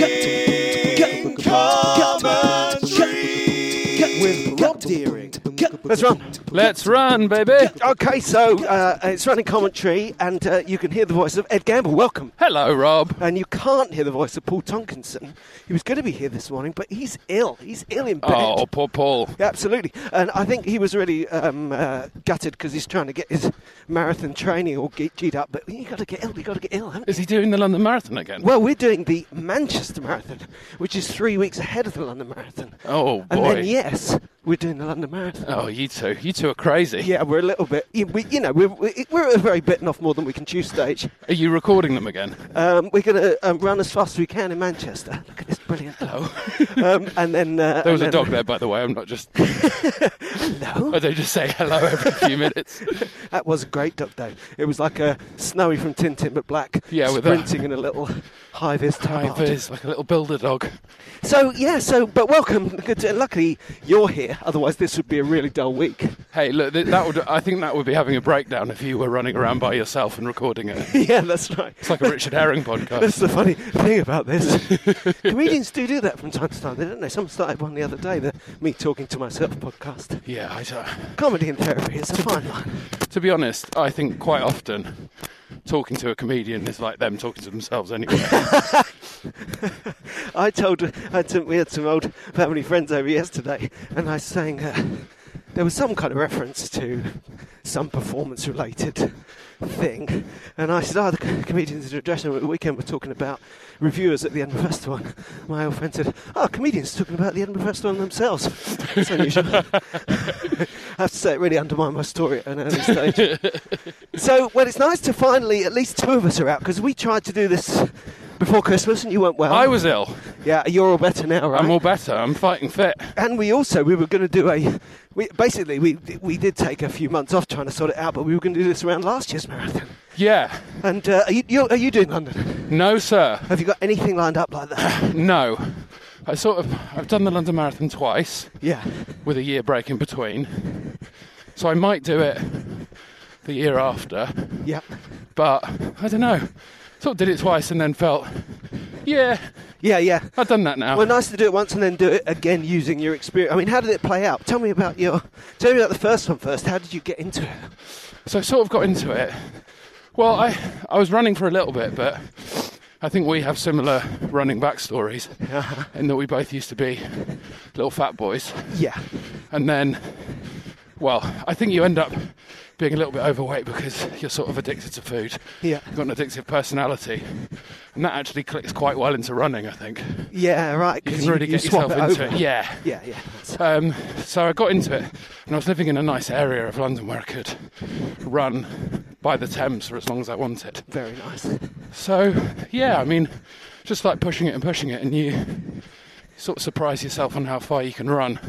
Running commentary. with Rob Deering. Let's run. Let's run, baby. Okay, so uh, it's running commentary, and uh, you can hear the voice of Ed Gamble. Welcome. Hello, Rob. And you can't hear the voice of Paul Tonkinson. He was going to be here this morning, but he's ill. He's ill in bed. Oh, poor Paul. Yeah, Absolutely. And I think he was really um, uh, gutted because he's trying to get his marathon training all ge- geared up. But you got to get ill. you got to get ill, haven't you? Is he doing the London Marathon again? Well, we're doing the Manchester Marathon, which is three weeks ahead of the London Marathon. Oh, And boy. then, yes, we're doing the London Marathon. Oh, you two. You two are crazy. Yeah, we're a little bit. You, we, you know, we're, we're at a very bitten off more than we can chew stage. Are you recording them again? Um, we're going to um, run as fast as we can in Manchester. Look at this brilliant dog. um, and then uh, There was a and dog then- there, by the way. I'm not just. hello? I do just say hello every few minutes. That was a great dog, though. It was like a Snowy from Tintin but black. Yeah, with a- sprinting in a little high vis Hi, Viz, Oh, like a little builder dog. So yeah, so but welcome. Good to, luckily you're here. Otherwise, this would be a really dull week. Hey, look, th- that would. I think that would be having a breakdown if you were running around by yourself and recording it. yeah, that's right. It's like a Richard Herring That's podcast. the funny thing about this. Comedians do do that from time to time, they don't they? Someone started one the other day, the Me Talking to Myself podcast. Yeah, I don't- Comedy and therapy, it's a fine line. to be honest, I think quite often talking to a comedian is like them talking to themselves anyway. I told, I had some, we had some old family friends over yesterday, and I sang, uh, there was some kind of reference to some performance related thing. And I said, oh, the co- comedians in the dressing room at the weekend were talking about reviewers at the Edinburgh Festival. And my old friend said, oh, comedians talking about the Edinburgh Festival themselves. It's unusual. I have to say, it really undermined my story at an early stage. so, well, it's nice to finally, at least two of us are out, because we tried to do this before Christmas and you weren't well. I was ill. Yeah, you're all better now, right? I'm all better. I'm fighting fit. and we also we were going to do a, we, basically we we did take a few months off trying to sort it out, but we were going to do this around last year's marathon. Yeah. And uh, are you you're, are you doing London? No, sir. Have you got anything lined up like that? No. I sort of I've done the London Marathon twice yeah, with a year break in between. So I might do it the year after, yeah, but I don't know. Sort of did it twice and then felt yeah, yeah, yeah. I've done that now. Well, nice to do it once and then do it again using your experience. I mean, how did it play out? Tell me about your. Tell me about the first one first. How did you get into it? So I sort of got into it. Well, I I was running for a little bit, but I think we have similar running backstories in that we both used to be little fat boys. Yeah, and then well i think you end up being a little bit overweight because you're sort of addicted to food Yeah. you've got an addictive personality and that actually clicks quite well into running i think yeah, right. you 'cause can really you get swap yourself into over. it yeah yeah, yeah. That's- um, so i got into it and i was living in a nice area of london where i could run by the thames for as long as i wanted Very nice. so yeah i mean just like pushing it and pushing it and you sort of surprise yourself on how far you can run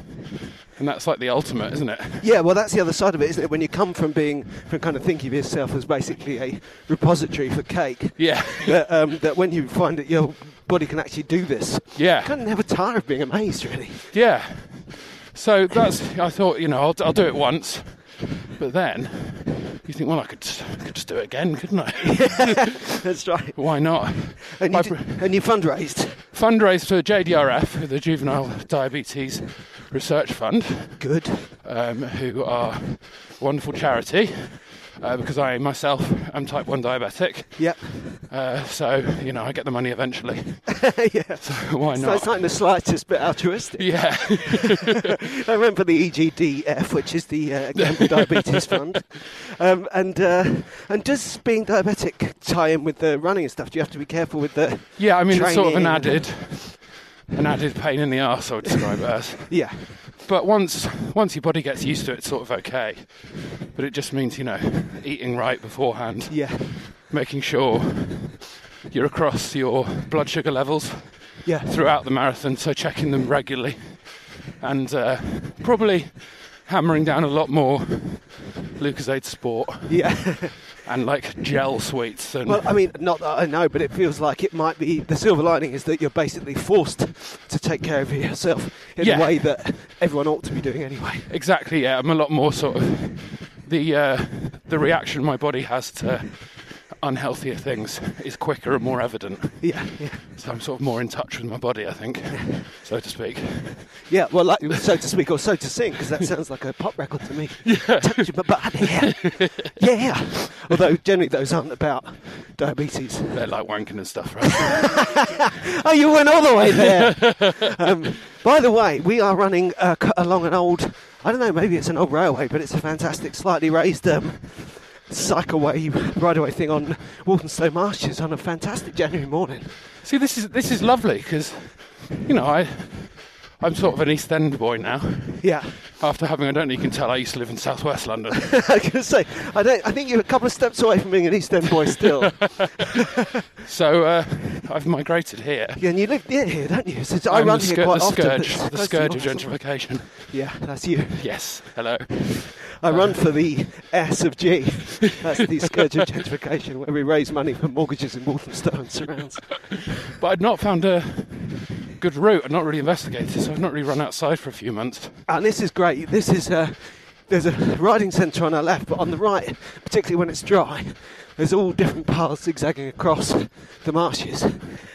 and that's like the ultimate isn't it Yeah, well, that's the other side of it, isn't it? When you come from being, from kind of thinking of yourself as basically a repository for cake, yeah that, um, that when you find that your body can actually do this, Yeah. you kind of never tire of being amazed, really. Yeah. So that's, I thought, you know, I'll, I'll do it once. But then you think, well, I could just, could just do it again, couldn't I? That's right. Why not? And I you, did, pre- and you fundraised. fundraised for JDRF, the Juvenile Diabetes Research Fund, Good. um, who are a wonderful charity. Uh, because I myself am type 1 diabetic, Yep. uh, so you know I get the money eventually. yeah. Why So not? it's not in the slightest bit altruistic. Yeah, I remember the E EGDF, which is the uh, Gamble Diabetes Fund. Um, and uh, and does being diabetic tie in with the running and stuff? Do you have to be careful with the? yeah. I mean, it's sort of an Training. added, an added pain in the arse. I would describe it as. Yeah, But once once your body gets used to it, it's sort of okay. But it just means you know eating right beforehand, yeah, making sure you're across your blood sugar levels yeah. throughout the marathon, so checking them regularly, and uh, probably hammering down a lot more Lucasade Sport Yeah. and like gel sweets and Well, I mean, not that I know, but it feels like it might be the silver lining is that you're basically forced to take care of yourself in Yeah. a way that everyone ought to be doing anyway. Exactly. Yeah, I'm a lot more sort of the uh, the reaction my body has to unhealthier things is quicker and more evident. Yeah, yeah, So I'm sort of more in touch with my body, I think, so to speak. yeah. Well, like so to speak, or so to sing, because that sounds like a pop record to me. Touch my body, yeah, yeah. Although generally those aren't about diabetes. They're like wanking and stuff, right? Oh, you went all the way there. um, by the way, we are running uh, cut along an old, I don't know, maybe it's an old railway, but it's a fantastic, slightly raised um, cycleway, rideaway thing on Walthamstow Marshes on a fantastic January morning. See, this is this is lovely because you know I I'm sort of an East End boy now. Yeah, After having, I don't know, you can tell I used to live in Southwest London. I was going to say, I, don't, I think you're a couple of steps away from being an East End boy still. So uh, I've migrated here. yeah, and you live near here, don't you? So I I'm run the, here scour- quite the often. but scourge, it's the close to scourge of yours, isn't it? gentrification. Yeah, that's you. Yes, hello. I run for the S of G. That's the scourge of gentrification, where we raise money for mortgages in Walthamstow and surrounds. But I'd not found a good route. I'd not really investigated, so I'd not really run outside for a few months. And this is great. This is a, there's a riding centre on our left, but on the right, particularly when it's dry, there's all different paths zigzagging across the marshes.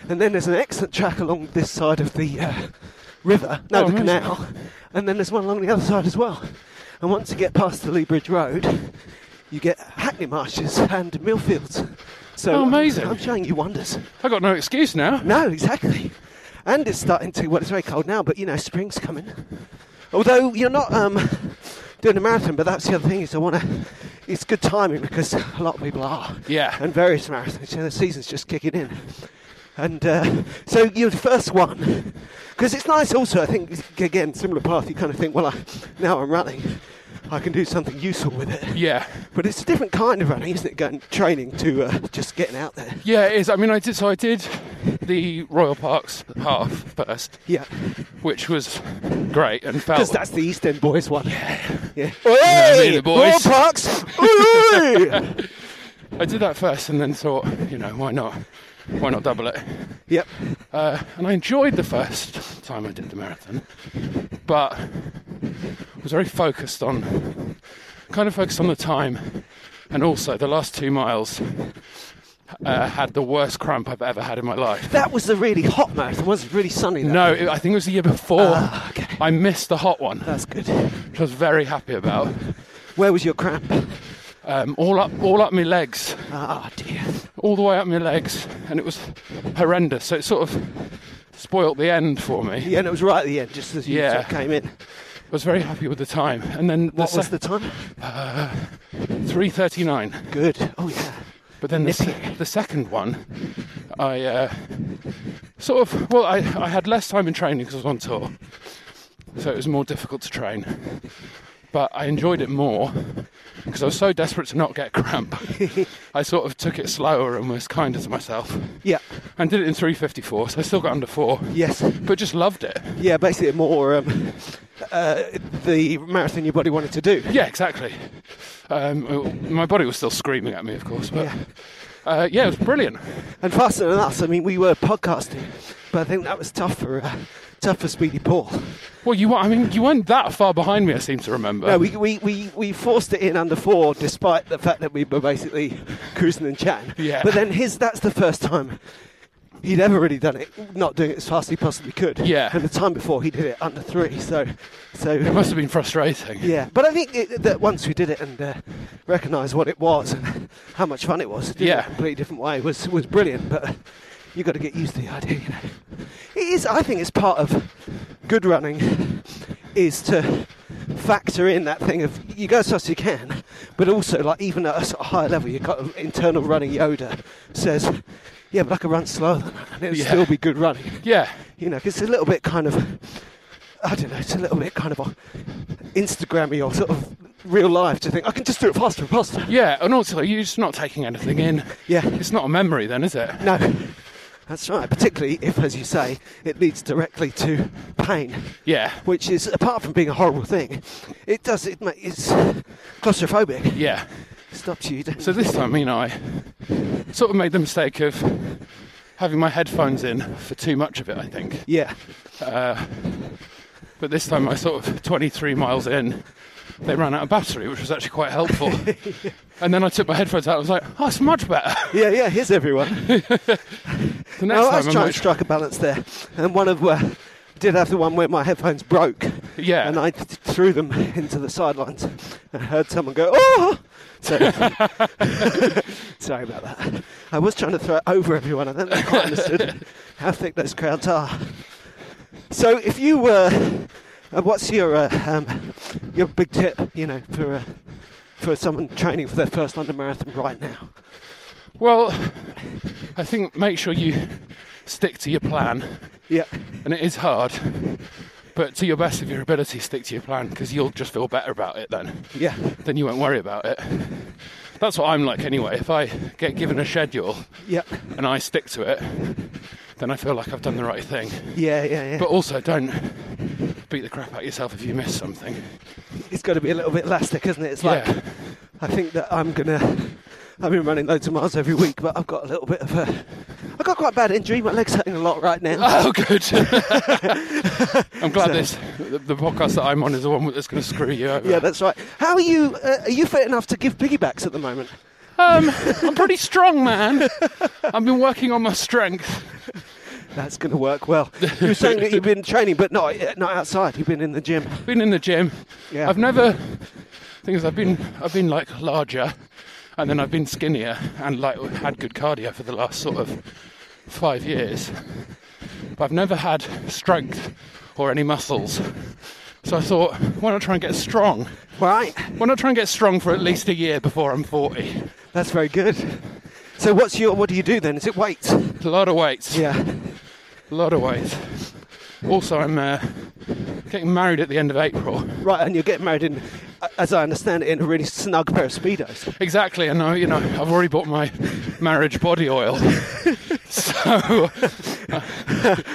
And then there's an excellent track along this side of the uh, river, no, Oh, the amazing. canal. And then there's one along the other side as well. And once you get past the Lee Bridge Road, you get Hackney Marshes and Millfields. So Oh, I'm- amazing. I'm showing you wonders. I've got no excuse now. No, exactly. And it's starting to, well, it's very cold now, but you know, spring's coming. Although you're not um, doing a marathon, but that's the other thing is I want to, it's good timing because a lot of people are. Yeah. And various marathons, you know, the season's just kicking in. And uh, so you're the first one. Because it's nice also, I think, again, similar path, you kind of think, well, I, now I'm running, I can do something useful with it. Yeah. But it's a different kind of running, isn't it? Going training to uh, just getting out there. Yeah, it is. I mean, I did. So I did the Royal Parks half first, Yeah. which was great and felt. Because that's the East End Boys one. Oh. Yeah. I mean, Hey, the boys. Royal Parks. Oi! I did that first, and then thought, you know, why not? Why not double it? yep. Uh, and I enjoyed the first time I did the marathon, but I was very focused on, kind of focused on the time, and also the last two miles uh, had the worst cramp I've ever had in my life. That was the really hot marathon. Was really sunny. That No, one. it, I think it was the year before. Ah, okay. I missed the hot one, That's good. which I was very happy about. Where was your cramp? Um, all up, all up my legs, Ah dear. all the way up my legs, and it was horrendous. So it sort of spoilt the end for me. Yeah, and it was right at the end, just as you Yeah. sort of came in. I was very happy with the time, and then What the was the sec- time? 339. Good. Oh yeah. But then the, se- the second one, I uh, sort of, well, I, I had less time in training because I was on tour. So it was more difficult to train. But I enjoyed it more because I was so desperate to not get cramp. I sort of took it slower and was kinder to myself. Yeah. And did it in 354, so I still got under four. Yes. But just loved it. Yeah. Basically, more um, uh, the marathon your body wanted to do. Yeah, exactly. Um, my body was still screaming at me, of course, but Yeah. Uh, yeah, it was brilliant. And faster than us, I mean, we were podcasting, but I think that was tough for uh, tough for Speedy Paul. Well, you were, I mean, you weren't that far behind me, I seem to remember. No, we, we, we, we forced it in under four, despite the fact that we were basically cruising and chatting. Yeah. But then his that's the first time he'd ever really done it, not doing it as fast as he possibly could. Yeah. And the time before he did it under three, so so It must have been frustrating. yeah. But I think it, that once we did it and uh, recognised what it was and how much fun it was, doing it Yeah. in a completely different way was was brilliant. But you got to get used to the idea. You know, it is. I think it's part of good running is to factor in that thing of you go as fast as you can, but also like even at a sort of higher level, you've got an internal running Yoda says, yeah, but I can run slower than that, and it'll Yeah. still be good running Yeah. you know, 'cause it's a little bit kind of, I don't know, it's a little bit kind of Instagrammy or sort of real life to think I can just do it faster and faster. Yeah, and also you're just not taking anything in. Yeah. It's not a memory then, is it? No, that's right. Particularly if, as you say, it leads directly to pain, Yeah. which is apart from being a horrible thing, it does it. ma- It's claustrophobic. Yeah. It stops you. So this time, you know, I sort of made the mistake of having my headphones in for too much of it, I think. yeah, But this time I sort of 23 miles in, they ran out of battery, which was actually quite helpful. And then I took my headphones out and was like, oh, it's much better. yeah, yeah. Here's everyone. The next No, I time was I trying might- to strike a balance there, and one of uh, did have the one where my headphones broke. Yeah. and I th- threw them into the sidelines and heard someone go, "Oh!" So, sorry about that. I was trying to throw it over everyone. I don't think I quite understood how thick those crowds are. So, if you were, uh, what's your uh, um, your big tip? You know, for uh, for someone training for their first London marathon right now. Well, I think make sure you stick to your plan. Yeah, And it is hard, but to your best of your ability, stick to your plan because you'll just feel better about it then. yeah. Then you won't worry about it. That's what I'm like anyway. If I get given a schedule Yeah, and I stick to it, then I feel like I've done the right thing. yeah, yeah, yeah. But also, don't beat the crap out of yourself if you miss something. it's got to be a little bit elastic, isn't it? It's like yeah, I think that I'm gonna. I've been running loads of miles every week, but I've got a little bit of a. I've got quite a bad injury. My leg's hurting a lot right now. Oh, good. I'm glad this the, the podcast that I'm on is the one that's going to screw you over. Yeah, that's right. How are you? Uh, are you fit enough to give piggybacks at the moment? um, I'm pretty strong, man. I've been working on my strength. That's going to work well. You were saying that you've been training, but not uh, not outside. You've been in the gym. Been in the gym. Yeah. I've never. Thing is, I've been I've been like larger, and then I've been skinnier, and like had good cardio for the last sort of five years. But I've never had strength or any muscles. So I thought, why not try and get strong? Right. Why not try and get strong for at least a year before I'm 40? That's very good. So what's your? What do you do then? Is it weights? A lot of weight. Yeah. A lot of weight. Also, I'm uh, getting married at the end of April. Right. And you're getting married in, uh, as I understand it, in a really snug pair of speedos. Exactly, and I, you know, I've already bought my marriage body oil. so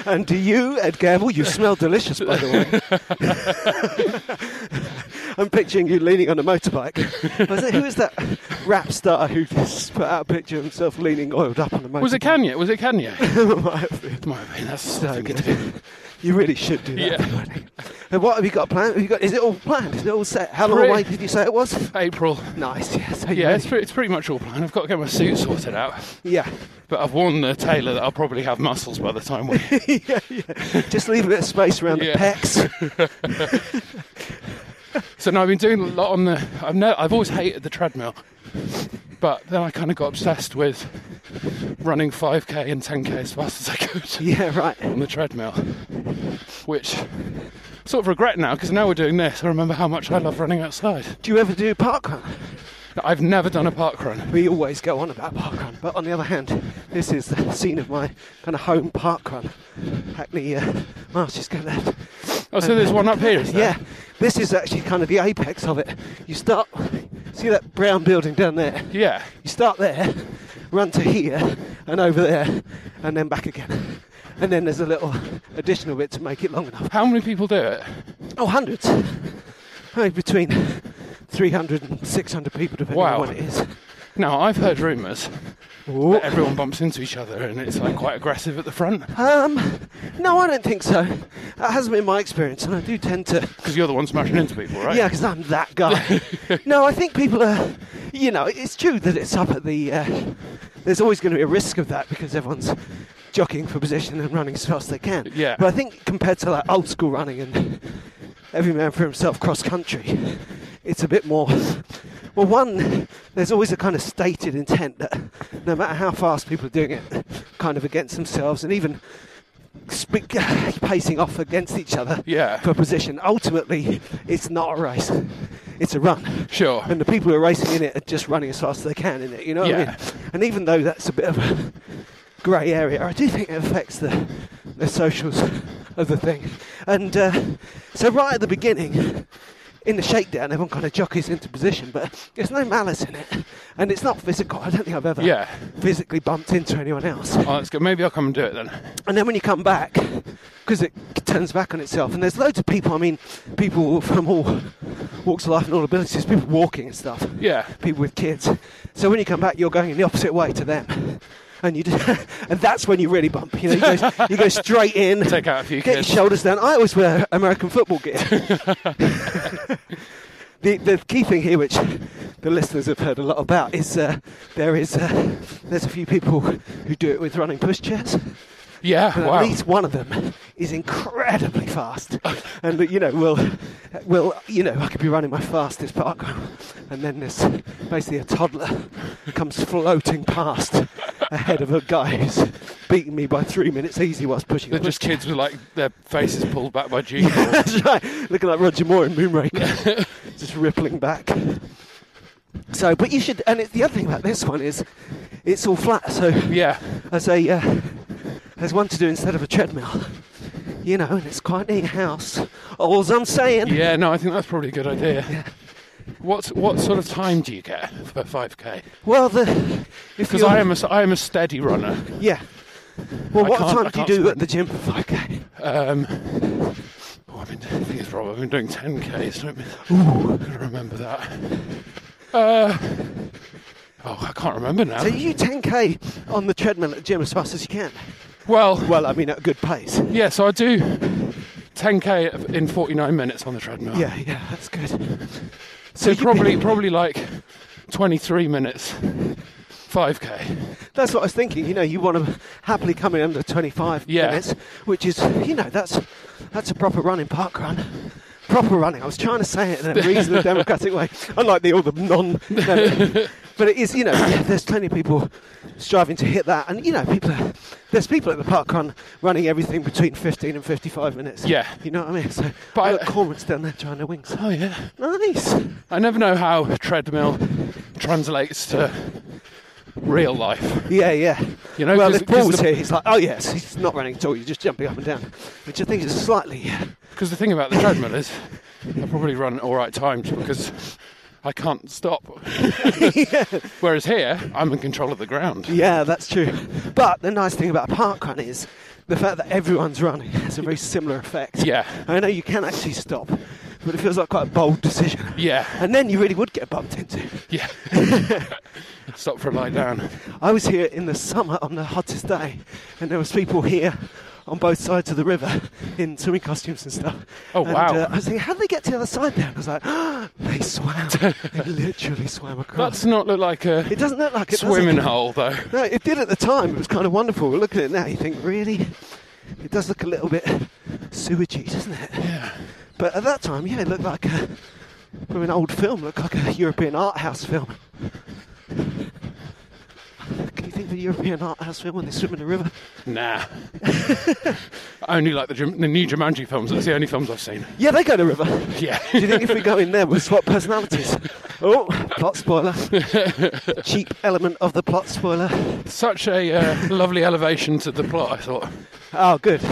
And do you, Ed Gamble, you smell delicious, by the way. I'm picturing you leaning on a motorbike. Was it, who is that rap star who just put out a picture of himself leaning oiled up on a motorbike? was it Kanye? Was it Kanye? Might have been. Might have been. That's So so good. good. You really should do that. Yeah. Friday. And what have you got planned? Have you got, is it all planned? Is it all set? How long Pretty- away did you say it was? April. Nice, yeah. So Yeah, you're it's, ready. pretty, it's pretty much all planned. I've got to get my suit sorted out, Yeah. but I've warned the tailor that I'll probably have muscles by the time we. yeah, yeah. Just leave a bit of space around Yeah. the pecs. So no, I've been doing a lot on the. I've no, I've always hated the treadmill, but then I kind of got obsessed with running 5k and 10k as fast as I could Yeah, right. on the treadmill, which sort of regret now because now we're doing this. I remember how much I love running outside. Do you ever do parkrun? I've never done a park run. We always go on about parkrun, but on the other hand, this is the scene of my kind of home parkrun. Hackney uh, Marsh, just go left. Oh, so there's one up here. Is there? Yeah, this is actually kind of the apex of it. You start, see that brown building down there? Yeah. You start there, run to here, and over there, and then back again. And then there's a little additional bit to make it long enough. How many people do it? Oh, hundreds. Maybe between 300 and 600 people, depending Wow. on what it is. Now, I've heard rumours that everyone bumps into each other and it's like quite aggressive at the front Um, no, I don't think so. That hasn't been my experience, and I do tend to. because you're the one smashing into people, right? Yeah, because I'm that guy. no, I think people are. You know, it's true that it's up at the. Uh, there's always going to be a risk of that because everyone's jockeying for position and running as fast as they can. Yeah. But I think compared to like old school running and every man for himself cross country, it's a bit more. Well, one, there's always a kind of stated intent that no matter how fast people are doing it, kind of against themselves and even sp- pacing off against each other Yeah. for position. Ultimately, it's not a race, it's a run. Sure. And the people who are racing in it are just running as fast as they can in it, you know what I Yeah. mean? And even though that's a bit of a grey area, I do think it affects the, the socials of the thing. And uh, so, right at the beginning, in the shakedown, everyone kind of jockeys into position, but there's no malice in it. And it's not physical. I don't think I've ever Yeah. physically bumped into anyone else. Oh, that's good. Maybe I'll come and do it then. And then when you come back, because it turns back on itself, and there's loads of people. I mean, people from all walks of life and all abilities, people walking and stuff. Yeah. People with kids. So when you come back, you're going in the opposite way to them. And you, just, and that's when you really bump. You know, you go, you go straight in. Take out a few Get kids. your shoulders down. I always wear American football gear. the the key thing here, which the listeners have heard a lot about, is uh, there is uh, there's a few people who do it with running pushchairs. Yeah, But wow. at least one of them is incredibly fast, and you know, will, will, you know, I could be running my fastest park, and then this basically a toddler comes floating past ahead of a guy who's beating me by three minutes easy whilst pushing. They're a just pushchair. kids with like their faces pulled back by G. balls. That's right, looking like Roger Moore in Moonraker, just rippling back. So, but you should, and it's the other thing about this one is, it's all flat, so yeah. as a uh, as one to do instead of a treadmill. You know, and it's quite neat house. All's I'm saying. Yeah, no, I think that's probably a good idea. What's, what sort of time do you get for 5K? Well, the if Because you're- I, am a s I am a steady runner. yeah. Well, I what can't- time I do you can't do at sprint. the gym? Okay. Um, oh, I've been doing things wrong. I've been doing 10Ks. Don't be, ooh, gotta remember that. Uh, oh, I can't remember now. So you 10k on the treadmill at the gym as fast as you can. well, Well, I mean at a good pace. yeah, so I do 10K in 49 minutes on the treadmill. Yeah, yeah, that's good. So you'd be- probably probably like 23 minutes, 5k. That's what I was thinking. You know, you want to happily come in under 25 Yeah. minutes, which is, you know, that's that's a proper running park run. Proper running. I was trying to say it in a reasonable, democratic way, unlike the all the non. no, but it is, you know, there's plenty of people striving to hit that, and you know, people. Are, there's people at the park run running everything between 15 and 55 minutes. Yeah. You know what I mean? So, But I- but Cormorant's down there trying to wings. Oh yeah. Nice. I never know how treadmill translates to real life. Yeah, yeah. You know, well, 'cause- if Paul 'cause was the- here, he's like, oh yes, he's not running at all. You're just jumping up and down, which I think is slightly. Because the thing about the treadmill is, I probably run at all right times because I can't stop. Whereas here, I'm in control of the ground. Yeah, that's true. But the nice thing about a park run is the fact that everyone's running has a very similar effect. Yeah. I know you can actually stop, but it feels like quite a bold decision. Yeah. And then you really would get bumped into. Yeah. stop for a lie down. I was here in the summer on the hottest day, and there was people here on both sides of the river in swimming costumes and stuff. Oh, And, wow. uh, I was thinking, how did they get to the other side there? And I was like, they swam. they literally swam across. That's not look like a it doesn't look like it. does it? swimming hole though. No, it did at the time. It was kind of wonderful. But Look at it now. You think, really? It does look a little bit sewagey, doesn't it? Yeah. But at that time, yeah, it looked like a, from an old film, looked like a European art house film. Can you think of a European art house film when they swim in the river? Nah. only like the, Jim- the new Jumanji films. That's the only films I've seen. Yeah, they go to river. Yeah. Do you think if we go in there, we'll swap personalities? Oh, plot spoiler. Cheap element of the plot spoiler. Such a uh, lovely elevation to the plot. I thought Oh, good.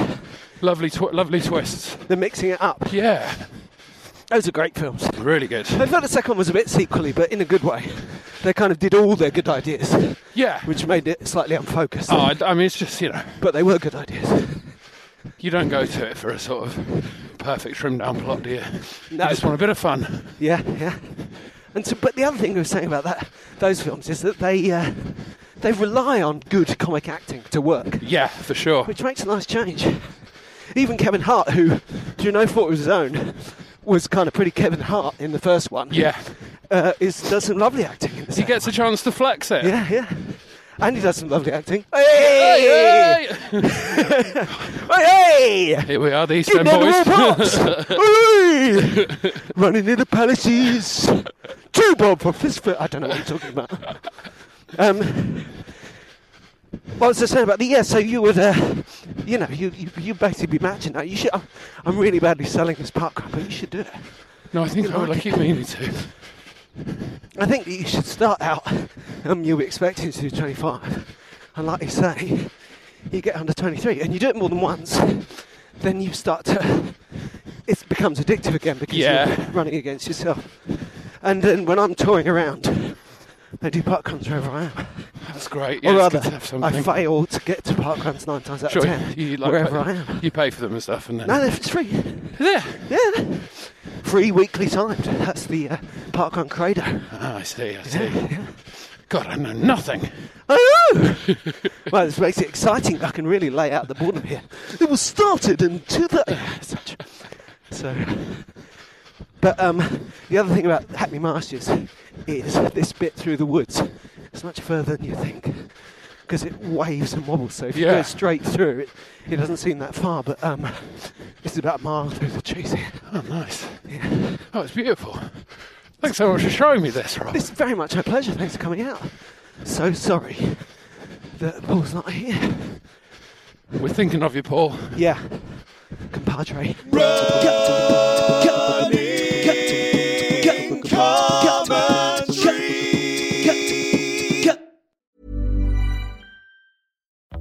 lovely, tw- lovely twists. They're mixing it up. Yeah, Those are great films. really good. I thought the second one was a bit sequely, but in a good way. They kind of did all their good ideas, Yeah. which made it slightly unfocused. Oh, I, I mean, it's just you know, But they were good ideas. you don't go to it for a sort of perfect trimmed down plot, do you? No. You just want a bit of fun. Yeah, yeah. And And so, but the other thing we were saying about that those films is that they uh, they rely on good comic acting to work, Yeah, for sure. which makes a nice change. Even Kevin Hart, who do you know for his own, was kind of pretty Kevin Hart in the first one. Yeah. uh, is does some lovely acting. In the He second gets a chance to flex it. one. yeah, yeah. And he does some lovely acting. Hey, Hey, hey! hey, hey! Here we are, the East Getting End down the boys. pops! Hey! Running in the palaces! Two bob for fistful. I don't know what you're talking about. Um, what was I saying about the yeah? So you would, uh, you know, you you you basically be matching that. You should. I'm, I'm really badly selling this park crap, but you should do it. no, I think I would. I keep meaning to. I think that you should start out. Um, you'll be expecting to do 25, and like you say, you get under 23, and you do it more than once, then you start to. It becomes addictive again because Yeah. you're running against yourself. And then when I'm touring around, I do park runs wherever I am. That's great. or Yeah, it's rather, good to have something. I fail to get to park runs nine times out Sure, of ten you, like, wherever pay, I am. you pay for them and stuff, and then No, it's free. yeah. Yeah, free weekly timed. That's the uh, park run credo. Ah, I see, I see. God, I know nothing. I know. Oh, well, this makes it exciting. I can really lay out the boredom here. It was started in two thousand. So, but um, the other thing about Hackney Marshes is this bit through the woods. It's much further than you think because it waves and wobbles. So if you Yeah. go straight through, it, it doesn't seem that far. But um, it's about a mile through the trees here. Oh, nice. Oh, it's beautiful. Thanks so much for showing me this, Rob. It's very much my pleasure. Thanks for coming out. So sorry that Paul's not here. We're thinking of you, Paul. Yeah. Compadre.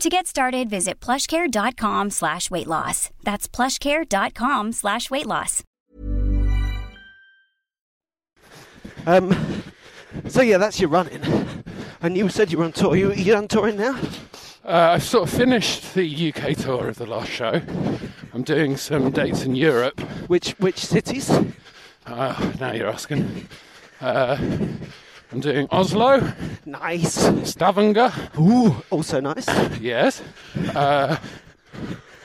To get started, visit plushcare.com slash weight loss. That's plushcare.com slash weight loss. Um, so yeah, that's your running. And you said you were on tour. You you on touring now? Uh, I've sort of finished the UK tour of the last show. I'm doing some dates in Europe. Which which cities? Uh, now you're asking. Uh, I'm doing Oslo, Nice. Stavanger, Ooh, also nice. yes, uh,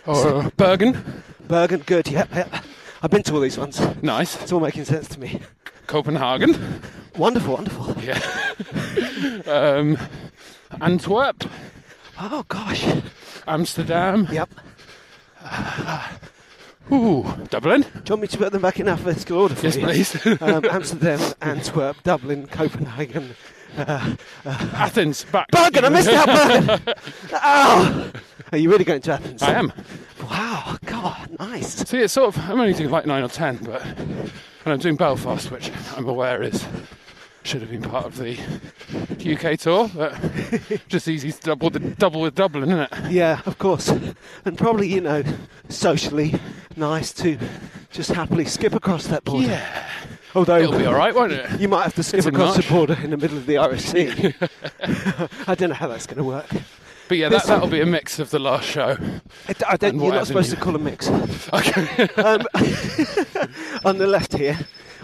or Bergen, Bergen, good. Yep, yep. I've been to all these ones. nice, It's all making sense to me. Copenhagen, Wonderful, wonderful. um, Antwerp, Oh gosh. Amsterdam, Yep. ooh, Dublin, Do you want me to put them back in alphabetical order for yes you? please, Um, Amsterdam, Antwerp, Dublin, Copenhagen. uh, Athens, back. Bergen, I missed out Bergen. oh, are you really going to Athens? I am. Wow, God, nice. See, it's sort of, I'm only doing like nine or ten, but, and I'm doing Belfast, which I'm aware is, should have been part of the UK tour, but just easy to double, the, double with Dublin, isn't it? Yeah, of course. And probably, you know, socially nice to just happily skip across that border. Yeah. Although It'll be alright, won't it? you might have to skip It's in across March. the border in the middle of the Irish Sea. I don't know how that's going to work. But yeah, that, This- that'll be a mix of the last show. I d- I don't, you're And what not avenue? supposed to call a mix. Okay. On the Um, left here,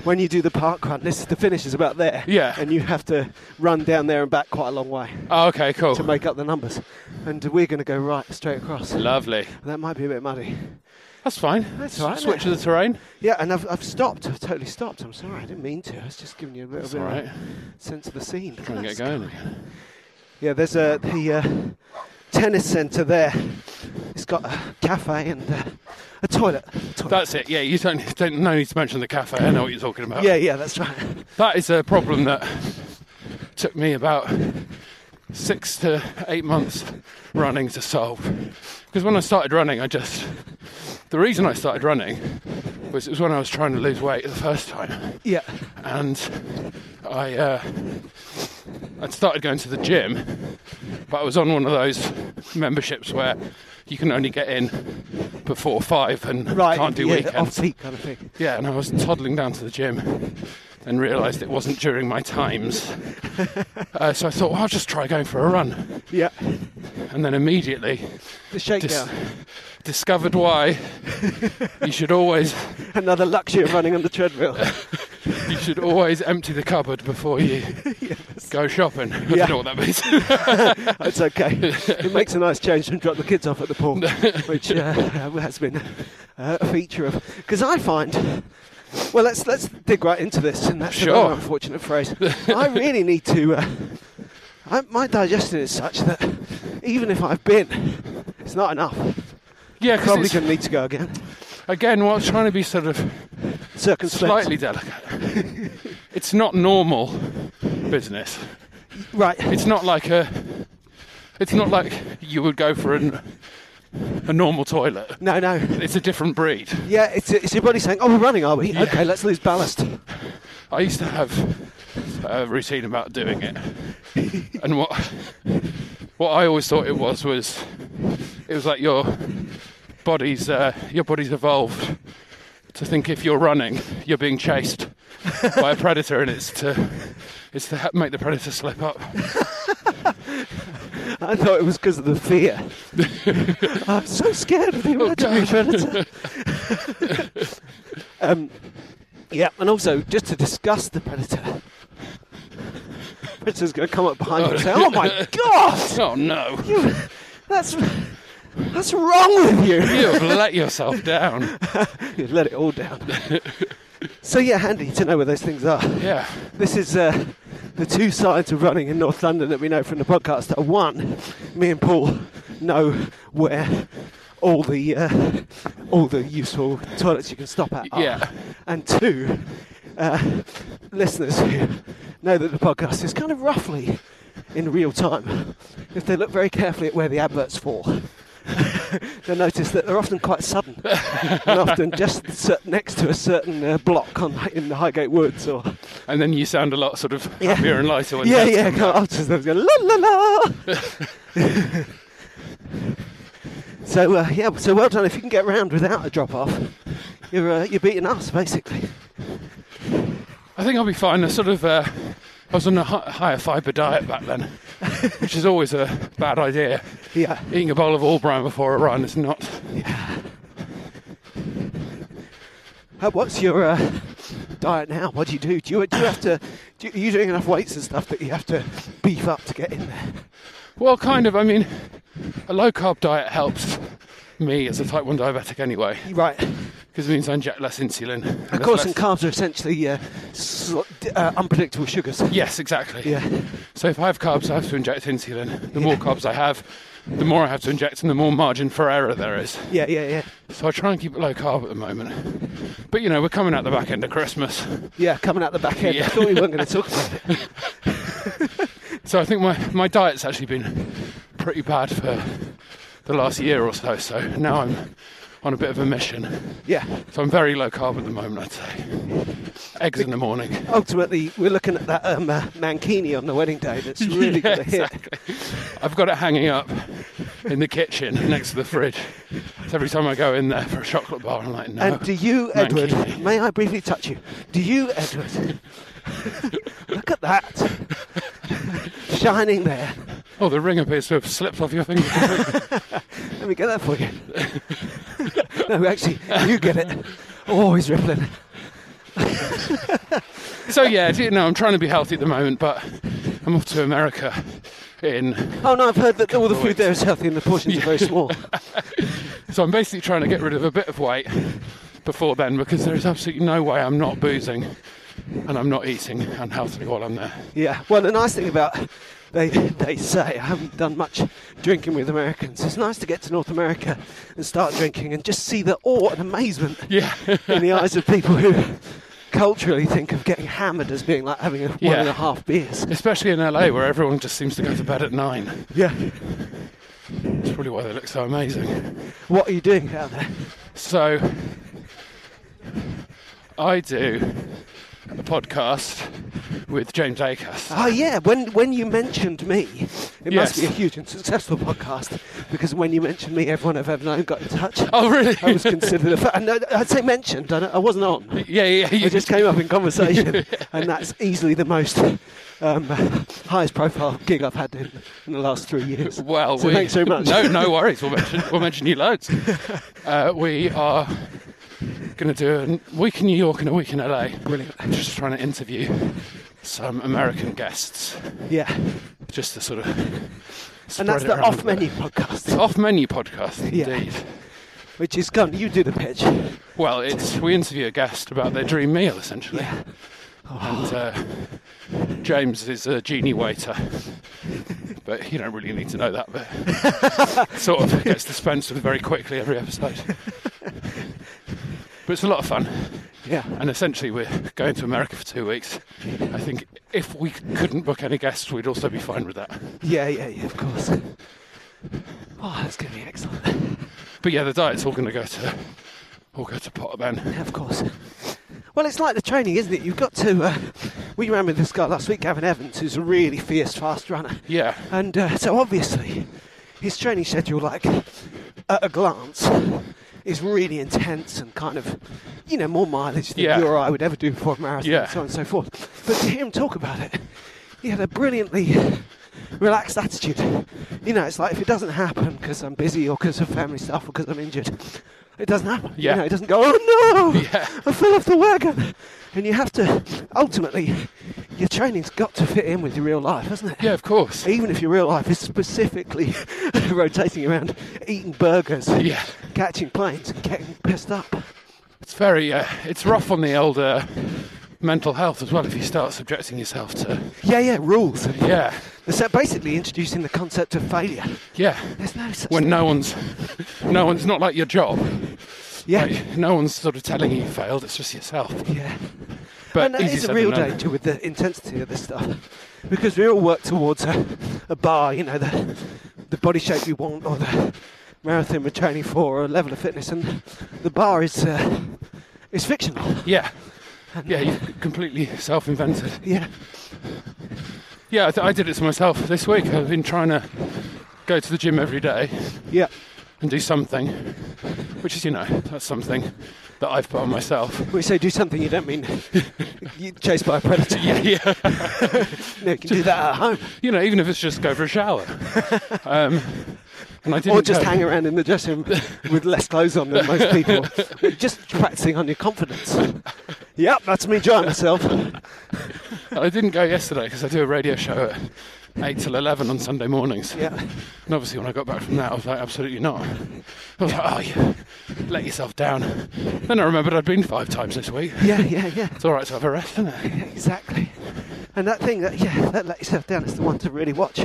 when you do the park run, this the finish is about there. Yeah. And you have to run down there and back quite a long way. Oh, okay, cool. To make up the numbers. And we're going to go right straight across. Lovely. That might be a bit muddy. That's fine. That's all right. Switch isn't of it? the terrain. Yeah, and I've, I've stopped. I've totally stopped. I'm sorry. I didn't mean to. I was just giving you a little That's bit all of a right. sense of the scene. Try and get going again. Yeah, there's a the uh, tennis centre there. It's got a cafe and uh, a toilet. toilet. That's it. Yeah, you don't, don't no need to mention the cafe. I know what you're talking about. Yeah, yeah, that's right. That is a problem that took me about six to eight months running to solve. Because when I started running, I just. The reason I started running was it was when I was trying to lose weight the first time. Yeah. And I. Uh, I'd started going to the gym, but I was on one of those memberships where you can only get in before five and Right. can't do yeah, weekends. On feet kind of thing. Yeah, and I was toddling down to the gym and realised it wasn't during my times. uh, so I thought, well, I'll just try going for a run. Yeah. And then immediately The shakedown. discovered why you should always Another luxury of running on the treadmill. you should always empty the cupboard before you go shopping. I Yeah. don't know what that means. It's okay. It makes a nice change and drop the kids off at the pool, which uh, has been uh, a feature of. Because I find, well, let's let's dig right into this, and that's Sure. another unfortunate phrase. I really need to. Uh, I, my digestion is such that even if I've been, it's not enough. yeah, because Probably it's- going to need to go again. again, while trying to be sort of Circumspect. slightly delicate, it's not normal business. Right. it's not like a it's not like you would go for an, a normal toilet No, no. it's a different breed Yeah, it's, it's your body saying, oh, we're running, are we? Okay, let's lose ballast. i used to have a routine about doing it and what what i always thought it was was it was like your body's uh, your body's evolved to think if you're running you're being chased by a predator and it's to it's to ha- make the predator slip up I thought it was because of the fear. I'm so scared of the imaginary predator. um, yeah, and also just to discuss the predator. Predator's going to come up behind you and say, "Oh my god, oh no you, that's that's wrong with you." you have let yourself down You've let it all down. so yeah, handy to know where those things are. Yeah. This is uh, the two sides of running in North London that we know from the podcast. Are one, me and Paul know where all the uh, all the useful toilets you can stop at. Are. Yeah. And two, uh, listeners who know that the podcast is kind of roughly in real time. If they look very carefully at where the adverts fall, they'll notice that they're often quite sudden and often just cer- next to a certain uh, block on, in the Highgate Woods or And then you sound a lot sort of Yeah. happier and lighter when yeah, that's yeah, come go, out. I'll just, I was going, la la la. so uh, yeah, so well done if you can get round without a drop off. You're uh, you're beating us basically. I think I'll be fine. I sort of, uh, I was on a hi- higher fibre diet back then, which is always a bad idea. Yeah, Eating a bowl of all bran before a run is not. Uh, what's your uh, diet now? What do you do? Do you do you have to? Do you, are you doing enough weights and stuff that you have to beef up to get in there? Well, kind of. I mean, a low carb diet helps me as a type 1 diabetic anyway, Right. because it means I inject less insulin. Of and there's course, and less- carbs are essentially uh, sl- uh, unpredictable sugars. Yes, exactly. Yeah. So if I have carbs, I have to inject insulin. The more carbs I have, the more I have to inject, and the more margin for error there is. Yeah, yeah, yeah. So I try and keep it low carb at the moment. But you know, we're coming out the back end of Christmas. Yeah, coming out the back end. I Yeah. thought we weren't going to talk about it. So I think my, my diet's actually been pretty bad for the last year or so. So now I'm on a bit of a mission. Yeah. So I'm very low carb at the moment, I'd say. Eggs in the morning. Ultimately, we're looking at that um, uh, mankini on the wedding day that's really Yeah, going to hit. I've got it hanging up in the kitchen next to the fridge. So every time I go in there for a chocolate bar, I'm like, no. And do you, Edward, mankini. may I briefly touch you? Do you, Edward, look at that shining there? Oh, the ring appears to have slipped off your finger. Let me get that for you. no, actually, you get it. Oh, he's rippling. so yeah, you know, I'm trying to be healthy at the moment, but I'm off to America in. Oh no, I've heard that all the food there is healthy and the portions are very small. so I'm basically trying to get rid of a bit of weight before then because there is absolutely no way I'm not boozing and I'm not eating unhealthily while I'm there. Yeah. Well, the nice thing about they they say I haven't done much drinking with Americans. It's nice to get to North America and start drinking and just see the awe and amazement yeah. in the eyes of people who culturally think of getting hammered as being like having a, one Yeah. and a half beers. Especially in LA where everyone just seems to go to bed at nine. Yeah. That's probably why they look so amazing. What are you doing out there? So, I do a podcast with James Acast. Oh yeah, when when you mentioned me, it Yes. must be a huge and successful podcast because when you mentioned me, everyone I've ever known got in touch. Oh really? I was considered a fan. No, I'd say mentioned. I, don't- I wasn't on. Yeah, yeah. I just came up in conversation, and that's easily the most um, highest profile gig I've had in, in the last three years. Well, so we, thanks very much. No, no worries. We'll mention, we'll mention you loads. Uh, we are going to do a week in New York and a week in LA. Brilliant. Just trying to interview some American guests, yeah, just to sort of. spread and that's it the around a bit. off menu podcast, Off menu podcast, Yeah. indeed. which is come. You do the pitch. Well, it's we interview a guest about their dream meal essentially, and uh, James is a genie waiter, but you don't really need to know that. But sort of gets dispensed with very quickly every episode. But it's a lot of fun, Yeah, and essentially we're going to America for two weeks. I think if we couldn't book any guests, we'd also be fine with that. yeah, yeah, yeah. Of course. Oh, that's going to be excellent. But yeah, the diet's all going to go to all go to pot then. Yeah, of course. Well, it's like the training, isn't it? You've got to. Uh, we ran with this guy last week, Gavin Evans, who's a really fierce fast runner. Yeah, And uh, so obviously, his training schedule, like at a glance, is really intense and kind of, you know, more mileage than Yeah. you or I would ever do before a marathon, Yeah. and so on and so forth. But to hear him talk about it, he had a brilliantly relaxed attitude. You know, it's like if it doesn't happen because I'm busy or because of family stuff or because I'm injured, it doesn't happen. Yeah. You know, it doesn't go, oh no, Yeah. I fell off the wagon. And you have to, ultimately, your training's got to fit in with your real life, hasn't it? yeah, of course. even if your real life is specifically rotating around eating burgers, Yeah. catching planes, and getting pissed up. It's very, uh, it's rough on the old uh, mental health as well if you start subjecting yourself to, Yeah, yeah, rules. And yeah, So basically introducing the concept of failure. yeah. There's no such When thing. no one's, no one's not like your job. Yeah, Like, no one's sort of telling you you failed. It's just yourself. yeah. But and that easy is said a than real done. danger with the intensity of this stuff, because we all work towards a, a bar, you know, the the body shape we want, or the marathon we're training for, or a level of fitness, and the bar is uh, is fictional. Yeah, yeah. You've completely self-invented. Yeah, Yeah, I, th- I did it to myself this week. I've been trying to go to the gym every day yeah. and do something, which is you know that's something that I've put on myself. When you say do something, you don't mean you chased by a predator. Yeah, yeah. No, you can do that at home. You know, even if it's just go for a shower. Um, and I didn't Or just go. hang around in the dressing room with less clothes on than most people. just practicing on your confidence. Yep, that's me drying myself. I didn't go yesterday because I do a radio show at 8 till 11 on Sunday mornings. Yeah. And obviously, when I got back from that, I was like, absolutely not. I was like, oh, yeah, let yourself down. Then I remembered I'd been five times this week. Yeah, yeah, yeah. It's all right to have a rest, isn't it? Yeah, exactly. And that thing that yeah, that let yourself down is the one to really watch.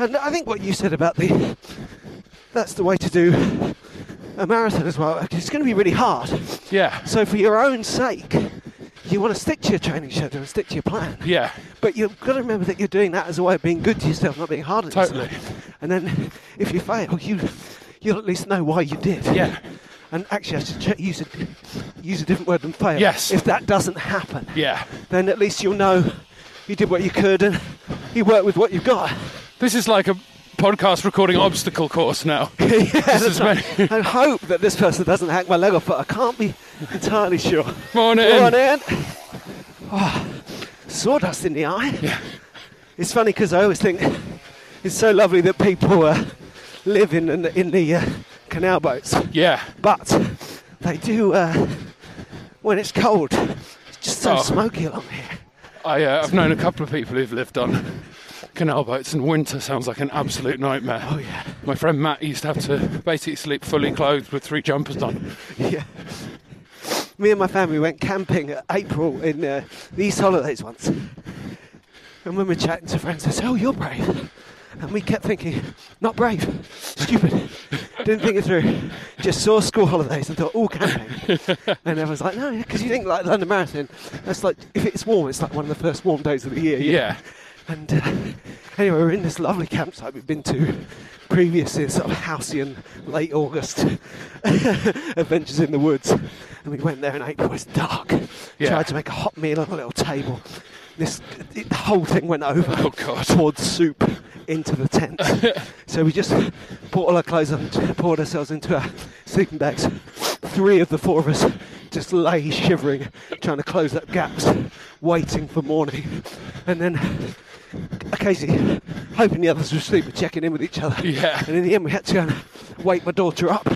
And I think what you said about the that's the way to do a marathon as well. It's going to be really hard. Yeah. So for your own sake, you want to stick to your training schedule and stick to your plan. Yeah. But you've got to remember that you're doing that as a way of being good to yourself, not being hard on Totally. yourself. And then if you fail, you you'll at least know why you did. Yeah. And actually, I should ch- use a use a different word than fail. Yes. If that doesn't happen, Yeah. then at least you'll know you did what you could and you worked with what you've got. This is like a podcast recording obstacle course now. this is many. And hope that this person doesn't hack my leg off, but I can't be entirely sure. Morning. Go on in. Oh, sawdust in the eye. It's funny because I always think it's so lovely that people uh, live in in, in the uh, canal boats, Yeah. but they do uh, when it's cold. It's just so Oh. smoky along here. I, uh, I've known a couple of people who've lived on canal boats, and winter sounds like an absolute nightmare. Oh yeah. My friend Matt used to have to basically sleep fully clothed with three jumpers on. Yeah. Me and my family went camping at April in uh, these holidays once. And when we were chatting to friends, they said, Oh, you're brave. And we kept thinking, Not brave, stupid. Didn't think it through. Just saw school holidays and thought, All camping. and everyone's like, No, because you think like London Marathon, that's like, if it's warm, it's like one of the first warm days of the year. Yeah. And uh, anyway, we're in this lovely campsite we've been to previously, sort of halcyon, late August adventures in the woods. And we went there in April, it's dark. Yeah. Tried to make a hot meal on a little table. This it, the whole thing went over Oh, God. towards soup into the tent. so we just bought all our clothes on, poured ourselves into our sleeping bags. Three of the four of us just lay shivering, trying to close up gaps, waiting for morning. And then occasionally hoping the others would sleep but checking in with each other. Yeah. And in the end, we had to go and wake my daughter up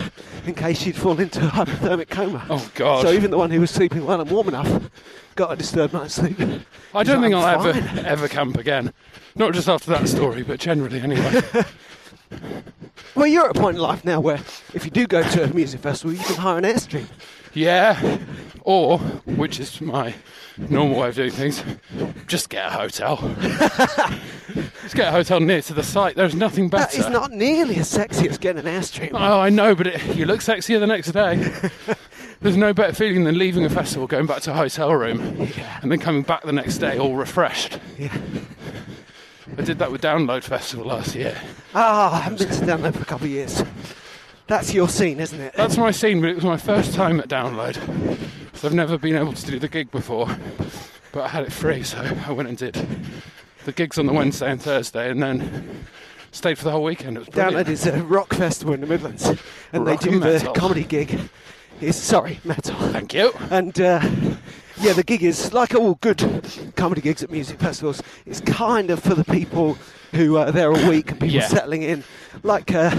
in case she'd fallen into a hypothermic coma. Oh, God. So even the one who was sleeping well and warm enough got a disturbed night's sleep. I don't think I'm I'll fine. ever ever camp again. Not just after that story, but generally anyway. Well, you're at a point in life now where if you do go to a music festival, you can hire an airstream. Yeah. Or, which is my normal way of doing things, just get a hotel. just get a hotel near to the site. There's nothing better. That is not nearly as sexy as getting an airstream. Oh, I know, but it, you look sexier the next day. There's no better feeling than leaving a festival, going back to a hotel room, and then coming back the next day all refreshed. Yeah. I did that with Download Festival last year. Ah, I haven't been to Download for a couple of years. That's your scene, isn't it? That's my scene, but it was my first time at Download. So I've never been able to do the gig before, but I had it free, so I went and did the gigs on the Wednesday and Thursday, and then stayed for the whole weekend. It was brilliant. Download is a rock festival in the Midlands, and Rock they do and the metal. comedy gig. Is sorry, metal. Thank you. And uh, yeah, the gig is like all good comedy gigs at music festivals. It's kind of for the people who uh, are there a week and people Yeah. settling in. Like uh,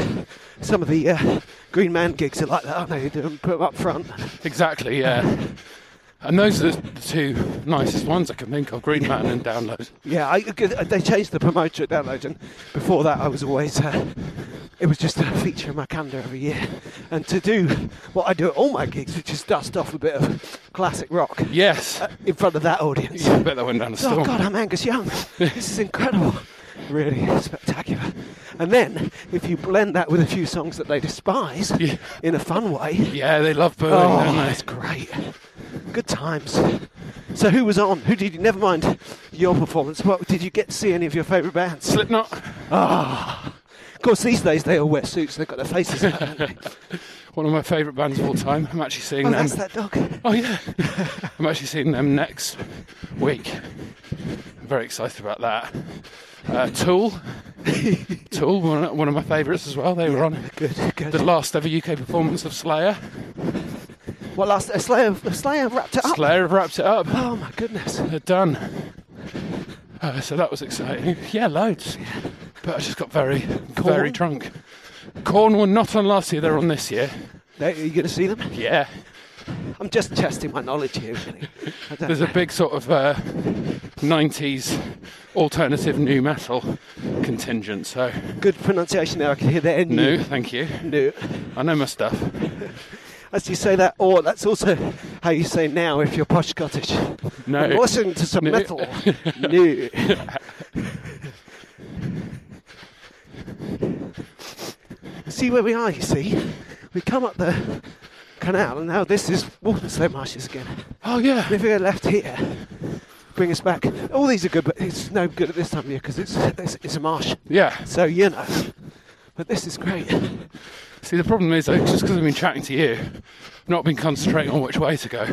some of the uh, Green Man gigs are like that, aren't they? They do 'em- put them up front. Exactly, yeah. And those are the two nicest ones I can think of Green Man and Download. Yeah, I, uh, they changed the promoter at Download, and before that, I was always. Uh, it was just a feature in my calendar every year. And to do what I do at all my gigs, which is dust off a bit of classic rock uh, Yes. in front of that audience. Yeah, I bet that went down a storm. Oh God, I'm Angus Young. This is incredible. Really spectacular. And then, if you blend that with a few songs that they despise Yeah. in a fun way, Yeah, they love booing, oh, don't that's they? great. Good times. So, who was on? Who did you? Never mind your performance. What did you get to see? Any of your favourite bands? Slipknot, Of course, these days they all wear suits. They've got their faces out. haven't they? one of my favourite bands of all time. I'm actually seeing oh, them. that's that dog. Oh yeah, I'm actually seeing them next week. I'm very excited about that. Uh, Tool, Tool, one of- one of my favourites as well. They were on Good, good. the last ever UK performance of Slayer. What last? Uh, Slayer, Slayer wrapped it up. Slayer have wrapped it up. Oh my goodness. They're done. Uh, so that was exciting. Yeah, loads. But I just got very, Corn? very drunk. Corn were not on last year. They're on this year. Are you going to see them? Yeah. I'm just testing my knowledge here. Really. I don't There's a big sort of uh, 90s alternative new metal contingent. So, Good pronunciation there. I can hear the N. new, thank you. No. I know my stuff. As you say that, or that's also how you say now if you're posh Scottish. No. I'm listening to some No. metal. no. see where we are, you see? We come up the canal, and now this is Walthamstow Marshes again. Oh, yeah. And if we go left here, bring us back. All these are good, but it's no good at this time of year because it's, it's, it's a marsh. Yeah. So, you know. But this is great. See, the problem is, though, just because I've been chatting to you, I've not been concentrating on which way to go.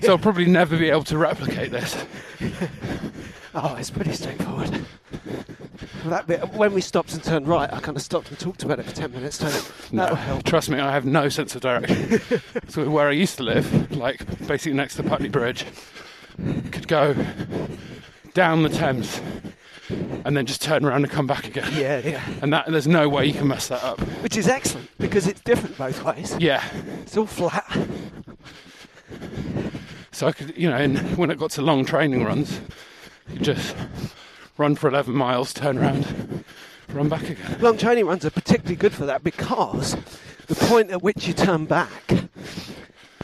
So, I'll probably never be able to replicate this. Oh, it's pretty straightforward. Well, that bit, when we stopped and turned right, I kind of stopped and talked about it for 10 minutes. So that'll No, help. trust me, I have no sense of direction. so where I used to live, like basically next to Putney Bridge, could go down the Thames and then just turn around and come back again. Yeah, yeah. And that there's no way you can mess that up. Which is excellent because it's different both ways. Yeah. It's all flat. So I could, you know, and when I got to long training runs, You just run for 11 miles, turn around, run back again. Long training runs are particularly good for that because the point at which you turn back,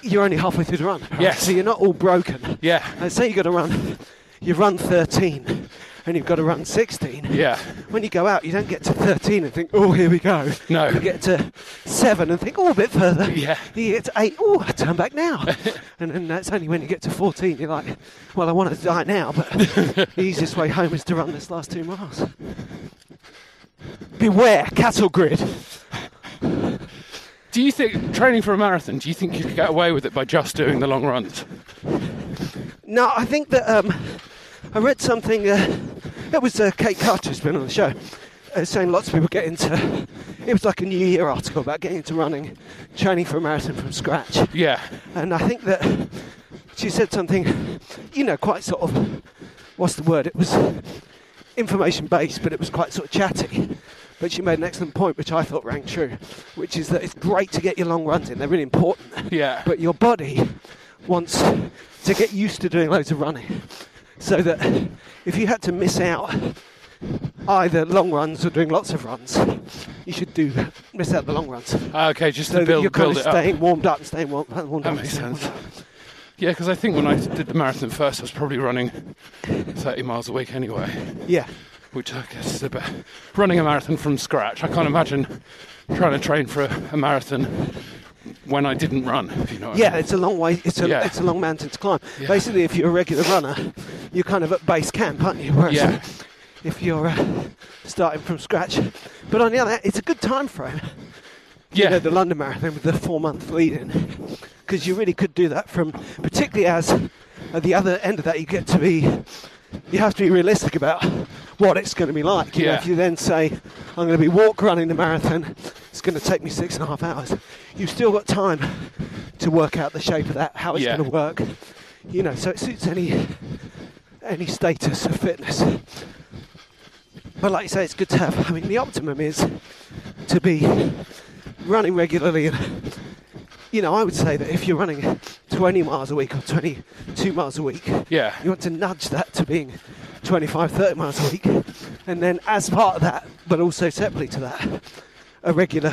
you're only halfway through the run. Yes. So you're not all broken. Yeah. And say you've got to run, you run 13 and you've got to run 16. Yeah. When you go out, you don't get to 13 and think, oh, here we go. No. You get to 7 and think, oh, a bit further. Yeah. You get to 8, oh, I turn back now. and then that's only when you get to 14, you're like, well, I want to die now, but the easiest way home is to run this last two miles. Beware, cattle grid. Do you think, training for a marathon, do you think you could get away with it by just doing the long runs? No, I think that um, I read something. Uh, that was uh, Kate Carter's been on the show, uh, saying lots of people get into. It was like a New Year article about getting into running, training for a marathon from scratch. Yeah. And I think that she said something, you know, quite sort of, what's the word? It was information based, but it was quite sort of chatty. But she made an excellent point, which I thought rang true, which is that it's great to get your long runs in. They're really important. Yeah. But your body wants to get used to doing loads of running. So that if you had to miss out either long runs or doing lots of runs, you should do miss out the long runs. Ah, Okay, just so to that build, you're kind build of it up. staying warmed up and staying warm, warmed That up. makes sense. Yeah, because I think when I did the marathon first, I was probably running 30 miles a week anyway. Yeah. Which I guess is a bit. Running a marathon from scratch, I can't imagine trying to train for a, a marathon when I didn't run, if you know what I Yeah, mean. it's a long way. It's a Yeah. it's a long mountain to climb. Yeah. Basically, if you're a regular runner, you're kind of at base camp, aren't you? Whereas Yeah. If you're uh, starting from scratch, but on the other, hand, it's a good time frame. Yeah. You know, the London Marathon with the four month lead in, because you really could do that from, particularly as at the other end of that, you get to be, you have to be realistic about what it's going to be like. You know, Yeah. if you then say, I'm going to be walk running the marathon, it's going to take me six and a half hours, you've still got time to work out the shape of that, how it's Yeah. going to work. You know, so it suits any any status of fitness. But like you say, it's good to have. I mean, the optimum is to be running regularly. And, you know, I would say that if you're running 20 miles a week or 22 miles a week, Yeah. you want to nudge that to being 25, 30 miles a week. And then, as part of that, but also separately to that, a regular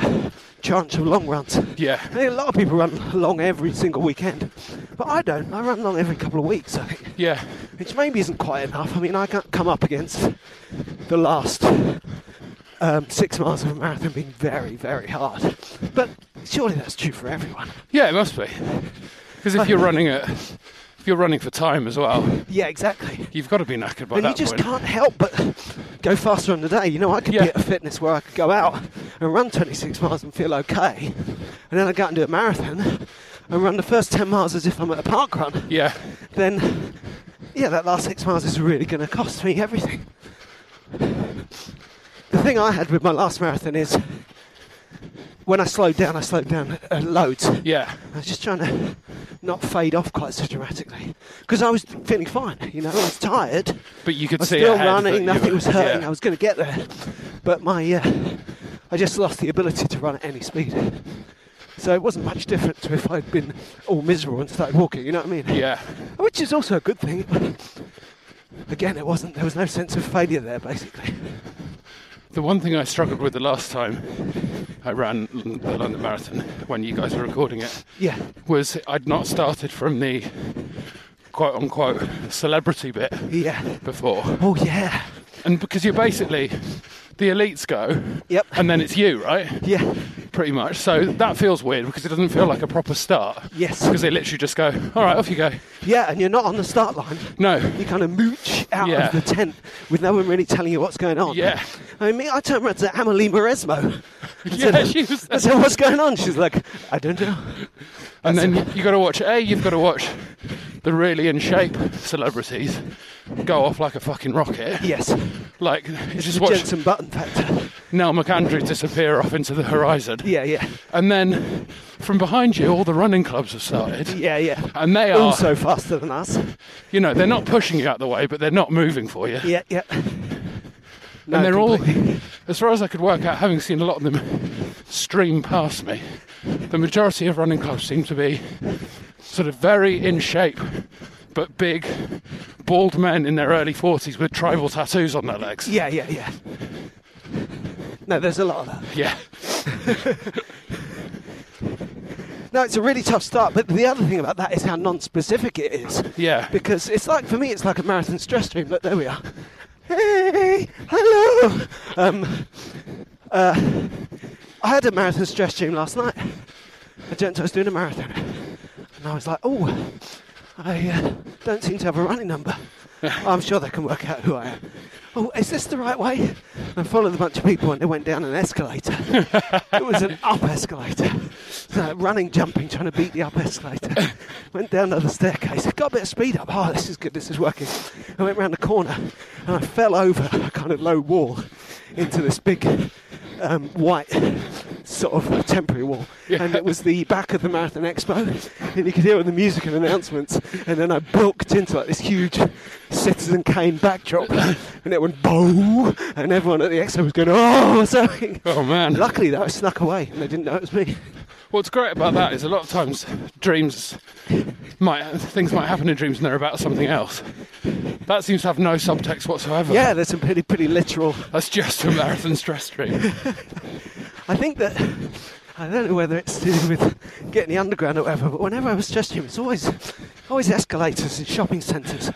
chance of long runs. Yeah. I think a lot of people run long every single weekend, but I don't. I run long every couple of weeks, I think Yeah. which maybe isn't quite enough. I mean, I can't come up against the last um, six miles of a marathon being very, very hard. But surely that's true for everyone. Yeah, it must be. Because if you're running at, if you're running for time as well, Yeah, exactly. you've got to be knackered But by you that just point. can't help but go faster on the day. You know, I could Yeah. be at a fitness where I could go out and run 26 miles and feel okay, and then I go out and do a marathon and run the first 10 miles as if I'm at a park run. Yeah, Then, yeah, that last six miles is really going to cost me everything. The thing I had with my last marathon is when I slowed down, I slowed down uh, loads. yeah, I was just trying to not fade off quite so dramatically because I was feeling fine. You know, I was tired. but you I could was see still ahead that running. you Nothing were- was hurting. yeah. I was going to get there, but my uh, I just lost the ability to run at any speed. So it wasn't much different to if I'd been all miserable and started walking. You know what I mean? yeah, Which is also a good thing. Again, it wasn't. There was no sense of failure there, basically. The one thing I struggled with the last time I ran l- the London Marathon when you guys were recording it Yeah. was I'd not started from the quote unquote celebrity bit Yeah. before, Oh yeah. and because you're basically the elites go, Yep. and then it's you, right? Yeah. pretty much. So that feels weird because it doesn't feel like a proper start. Yes. Because they literally just go, all right, off you go. Yeah, and you're not on the start line. No. You kind of mooch out Yeah. of the tent with no one really telling you what's going on. Yeah. I mean, I turned around to Amelie Maresmo. I Yeah, said- she was I said, what's going on? She's like, I don't know. And then you, you got to watch, A, you've got to watch the really in shape celebrities go off like a fucking rocket. Yes. Like, you just the watch Jensen Button factor. Nell McAndrew disappear off into the horizon. Yeah, yeah. And then from behind you, all the running clubs have started. Yeah, yeah. And they are, also faster than us. you know, they're not pushing you out the way, but they're not moving for you. Yeah, yeah. No, and they're completely. all, as far as I could work out, having seen a lot of them stream past me, the majority of running clubs seem to be sort of very in shape but big, bald men in their early 40s with tribal tattoos on their legs. Yeah, yeah, yeah. No, there's a lot of that. Yeah. No, it's a really tough start, but the other thing about that is how non specific it is. Yeah. Because it's like, for me, it's like a marathon stress dream. Look, there we are. Hey, hello. Um, uh, I had a marathon stress dream last night. A gent I was doing a marathon. And I was like, oh, I uh, don't seem to have a running number. I'm sure they can work out who I am. Oh, is this the right way? And I followed a bunch of people and they went down an escalator. it was an up escalator. So running, jumping, trying to beat the up escalator. went down another staircase. Got a bit of speed up. Oh, this is good. This is working. I went round the corner and I fell over a kind of low wall into this big um, white sort of temporary wall. And it was the back of the Marathon Expo. And you could hear all the music and announcements. And then I bulked into like this huge Citizen Kane backdrop. And it went boom. And everyone at the expo was going, oh, what's happening? Oh, man. Luckily, though, I snuck away and they didn't know it was me. What's great about that is a lot of times dreams might things might happen in dreams and they're about something else. That seems to have no subtext whatsoever. Yeah, there's some pretty, pretty literal. That's just a marathon stress dream. I think that I don't know whether it's to do with getting the underground or whatever, but whenever I was stressed, it's always always escalators and shopping centres.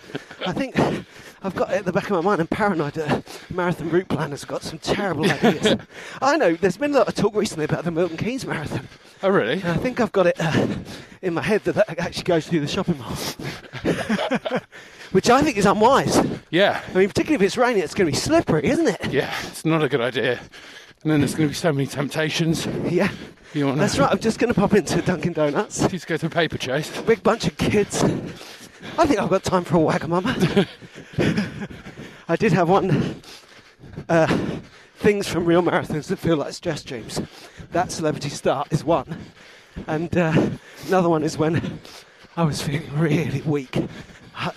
I think I've got it at the back of my mind. I'm paranoid that marathon route planners have got some terrible ideas. I know there's been a lot of talk recently about the Milton Keynes Marathon. Oh really? And I think I've got it uh, in my head that that actually goes through the shopping mall, which I think is unwise. I Yeah. mean, particularly if it's raining, it's going to be slippery, isn't it? Yeah, it's not a good idea. And then there's going to be so many temptations. Yeah. You want That's right. I'm just going to pop into Dunkin' Donuts. He's go to a paper chase. big bunch of kids. I think I've got time for a Wagamama. I did have one. Uh, things from real marathons that feel like stress dreams. That celebrity start is one, and uh, another one is when I was feeling really weak. It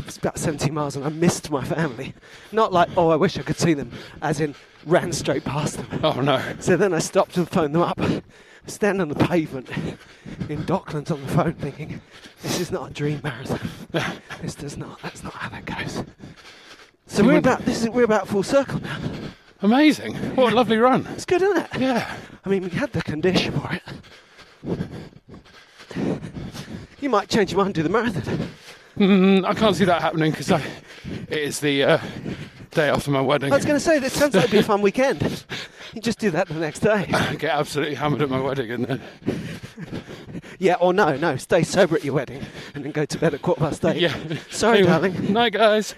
was about 70 miles, and I missed my family. Not like, oh, I wish I could see them, as in ran straight past them. Oh no. So then I stopped and phoned them up. Stand on the pavement in Docklands on the phone thinking, this is not a dream marathon. This does not, that's not how that goes. So we're about, this is, we're about full circle now. Amazing. What a lovely run. It's good, isn't it? Yeah. I mean, we had the condition for it. You might change your mind and do the marathon. Mm, I can't see that happening because it is the uh, day after my wedding. I was going to say, this sounds like it'd be a fun weekend. You just do that the next day. I get absolutely hammered at my wedding and then Yeah, or no, no, stay sober at your wedding and then go to bed at quarter past eight. yeah. Sorry, Anyway, darling. Night, guys.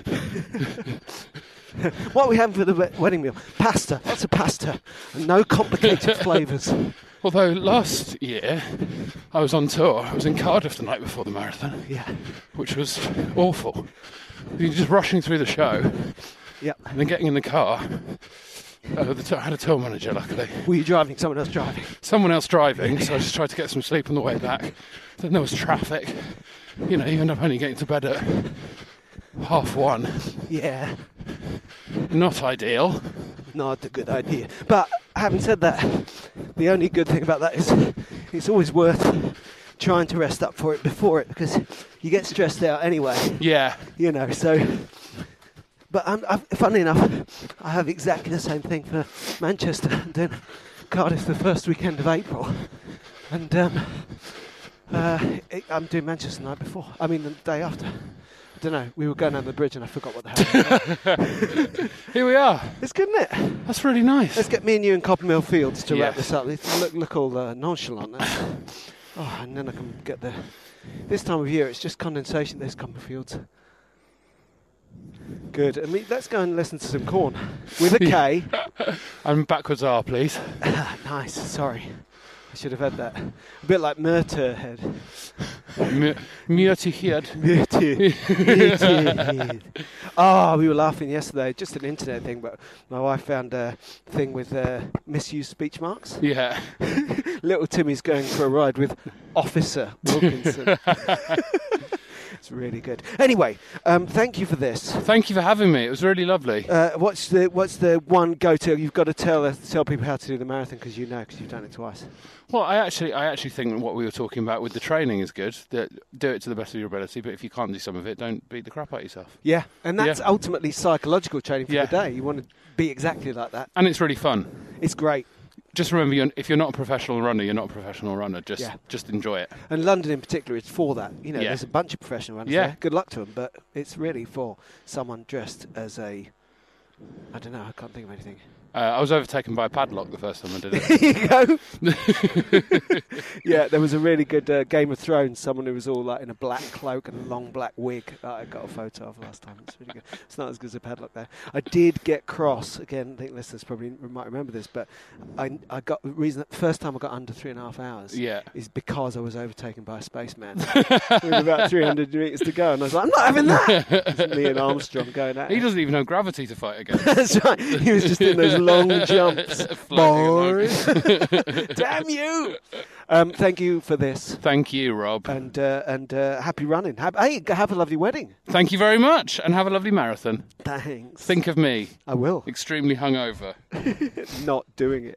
What are we having for the we- wedding meal? Pasta. Lots of pasta. And no complicated flavours. Although last year I was on tour, I was in Cardiff the night before the marathon, Yeah. which was awful. You're just rushing through the show Yeah. and then getting in the car. Uh, the t- I had a tour manager, luckily. Were you driving? Someone else driving? Someone else driving, so I just tried to get some sleep on the way back. Then there was traffic. You know, you end up only getting to bed at half one. Yeah. Not ideal. Not a good idea. But having said that, the only good thing about that is it's always worth trying to rest up for it before it because you get stressed out anyway. Yeah. you know. So, but um, I've, funnily enough, I have exactly the same thing for Manchester and then Cardiff the first weekend of April, and um, uh, it, I'm doing Manchester the night before. I mean, the day after. I don't know. We were going down the bridge and I forgot what the hell. it was. Here we are. it's good, isn't it? That's really nice. Let's get me and you in Coppermill Fields to wrap Yes. this up. Let's look, look all uh, nonchalant. now. oh, and then I can get the. This time of year, it's just condensation. There's Coppermill Fields. Good. I mean, let's go and listen to some corn with a K. And backwards R, please. Ah, nice. Sorry, I should have had that. A bit like Murter head. Mu- Muirty Head. Murter. Murter. oh, we were laughing yesterday. Just an internet thing, but my wife found a thing with uh, misused speech marks. Yeah. Little Timmy's going for a ride with Officer Wilkinson. It's really good. Anyway, um, thank you for this. Thank you for having me. It was really lovely. Uh, what's the what's the one go to? You've got to tell us- tell people how to do the marathon because you know because you've done it twice. Well, I actually, I actually think what we were talking about with the training is good. That do it to the best of your ability, but if you can't do some of it, don't beat the crap out of yourself. Yeah, and that's Yeah. ultimately psychological training for Yeah. the day. You want to be exactly like that. And it's really fun. It's great. Just remember, you're, if you're not a professional runner, you're not a professional runner. Just, Yeah. just enjoy it. And London in particular is for that. You know, Yeah. there's a bunch of professional runners Yeah. there. Good luck to them, but it's really for someone dressed as a. I don't know. I can't think of anything. Uh, I was overtaken by a padlock the first time I did there it. you go. yeah, there was a really good uh, Game of Thrones. Someone who was all like in a black cloak and a long black wig that I got a photo of last time. It's really good. It's not as good as a padlock though. I did get cross again. I think listeners probably might remember this, but I I got the reason that first time I got under three and a half hours. Yeah. is because I was overtaken by a spaceman with about 300 meters to go, and I was like, I'm not having that. It's me and Armstrong going at he it. doesn't even know gravity to fight against. That's right. He was just in those long jumps. Floating along. Damn you! Um, thank you for this, Thank you, Rob. and uh, and uh, happy running. Have, hey, have a lovely wedding. Thank you very much, and have a lovely marathon. Thanks. Think of me, I will. extremely hungover. Not doing it.